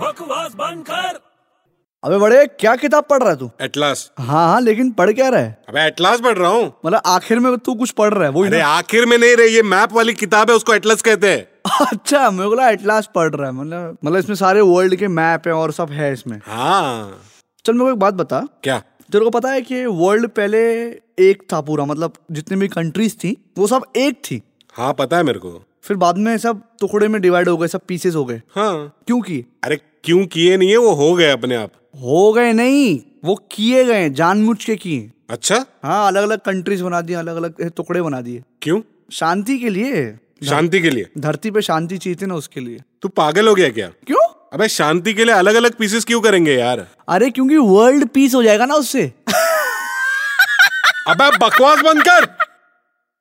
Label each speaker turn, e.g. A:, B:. A: बकवास बंद कर
B: अबे बड़े क्या किताब पढ़ रहा है तू
C: एटलास
B: हाँ हाँ लेकिन पढ़ क्या रहा है
C: अबे एटलास पढ़ रहा हूँ
B: मतलब आखिर में तू कुछ पढ़ रहा है वो तो-
C: अरे आखिर में नहीं रही ये मैप वाली किताब है उसको एटलस कहते हैं
B: अच्छा मेरे को एट लास्ट पढ़ रहा है मतलब मतलब इसमें सारे वर्ल्ड के मैप हैं और सब है इसमें
C: हाँ
B: चल मेरे को एक बात बता
C: क्या
B: तेरे को पता है कि वर्ल्ड पहले एक था पूरा मतलब जितनी भी कंट्रीज थी वो सब एक थी
C: हाँ पता है मेरे को
B: फिर बाद में सब टुकड़े में डिवाइड हो गए सब पीसेस हो गए
C: हाँ
B: क्योंकि
C: अरे क्यों किए नहीं है वो हो गए अपने आप
B: हो गए नहीं वो किए गए हैं, जानबूझ के किए
C: अच्छा
B: हाँ अलग अलग कंट्रीज बना दिए अलग अलग टुकड़े बना दिए
C: क्यों
B: शांति के लिए
C: शांति के लिए
B: धरती पे शांति चाहिए थी ना उसके लिए
C: तू पागल हो गया क्या
B: क्यों
C: अबे शांति के लिए अलग अलग पीसेस क्यों करेंगे यार
B: अरे क्योंकि वर्ल्ड पीस हो जाएगा ना उससे
C: अबे बकवास बंद कर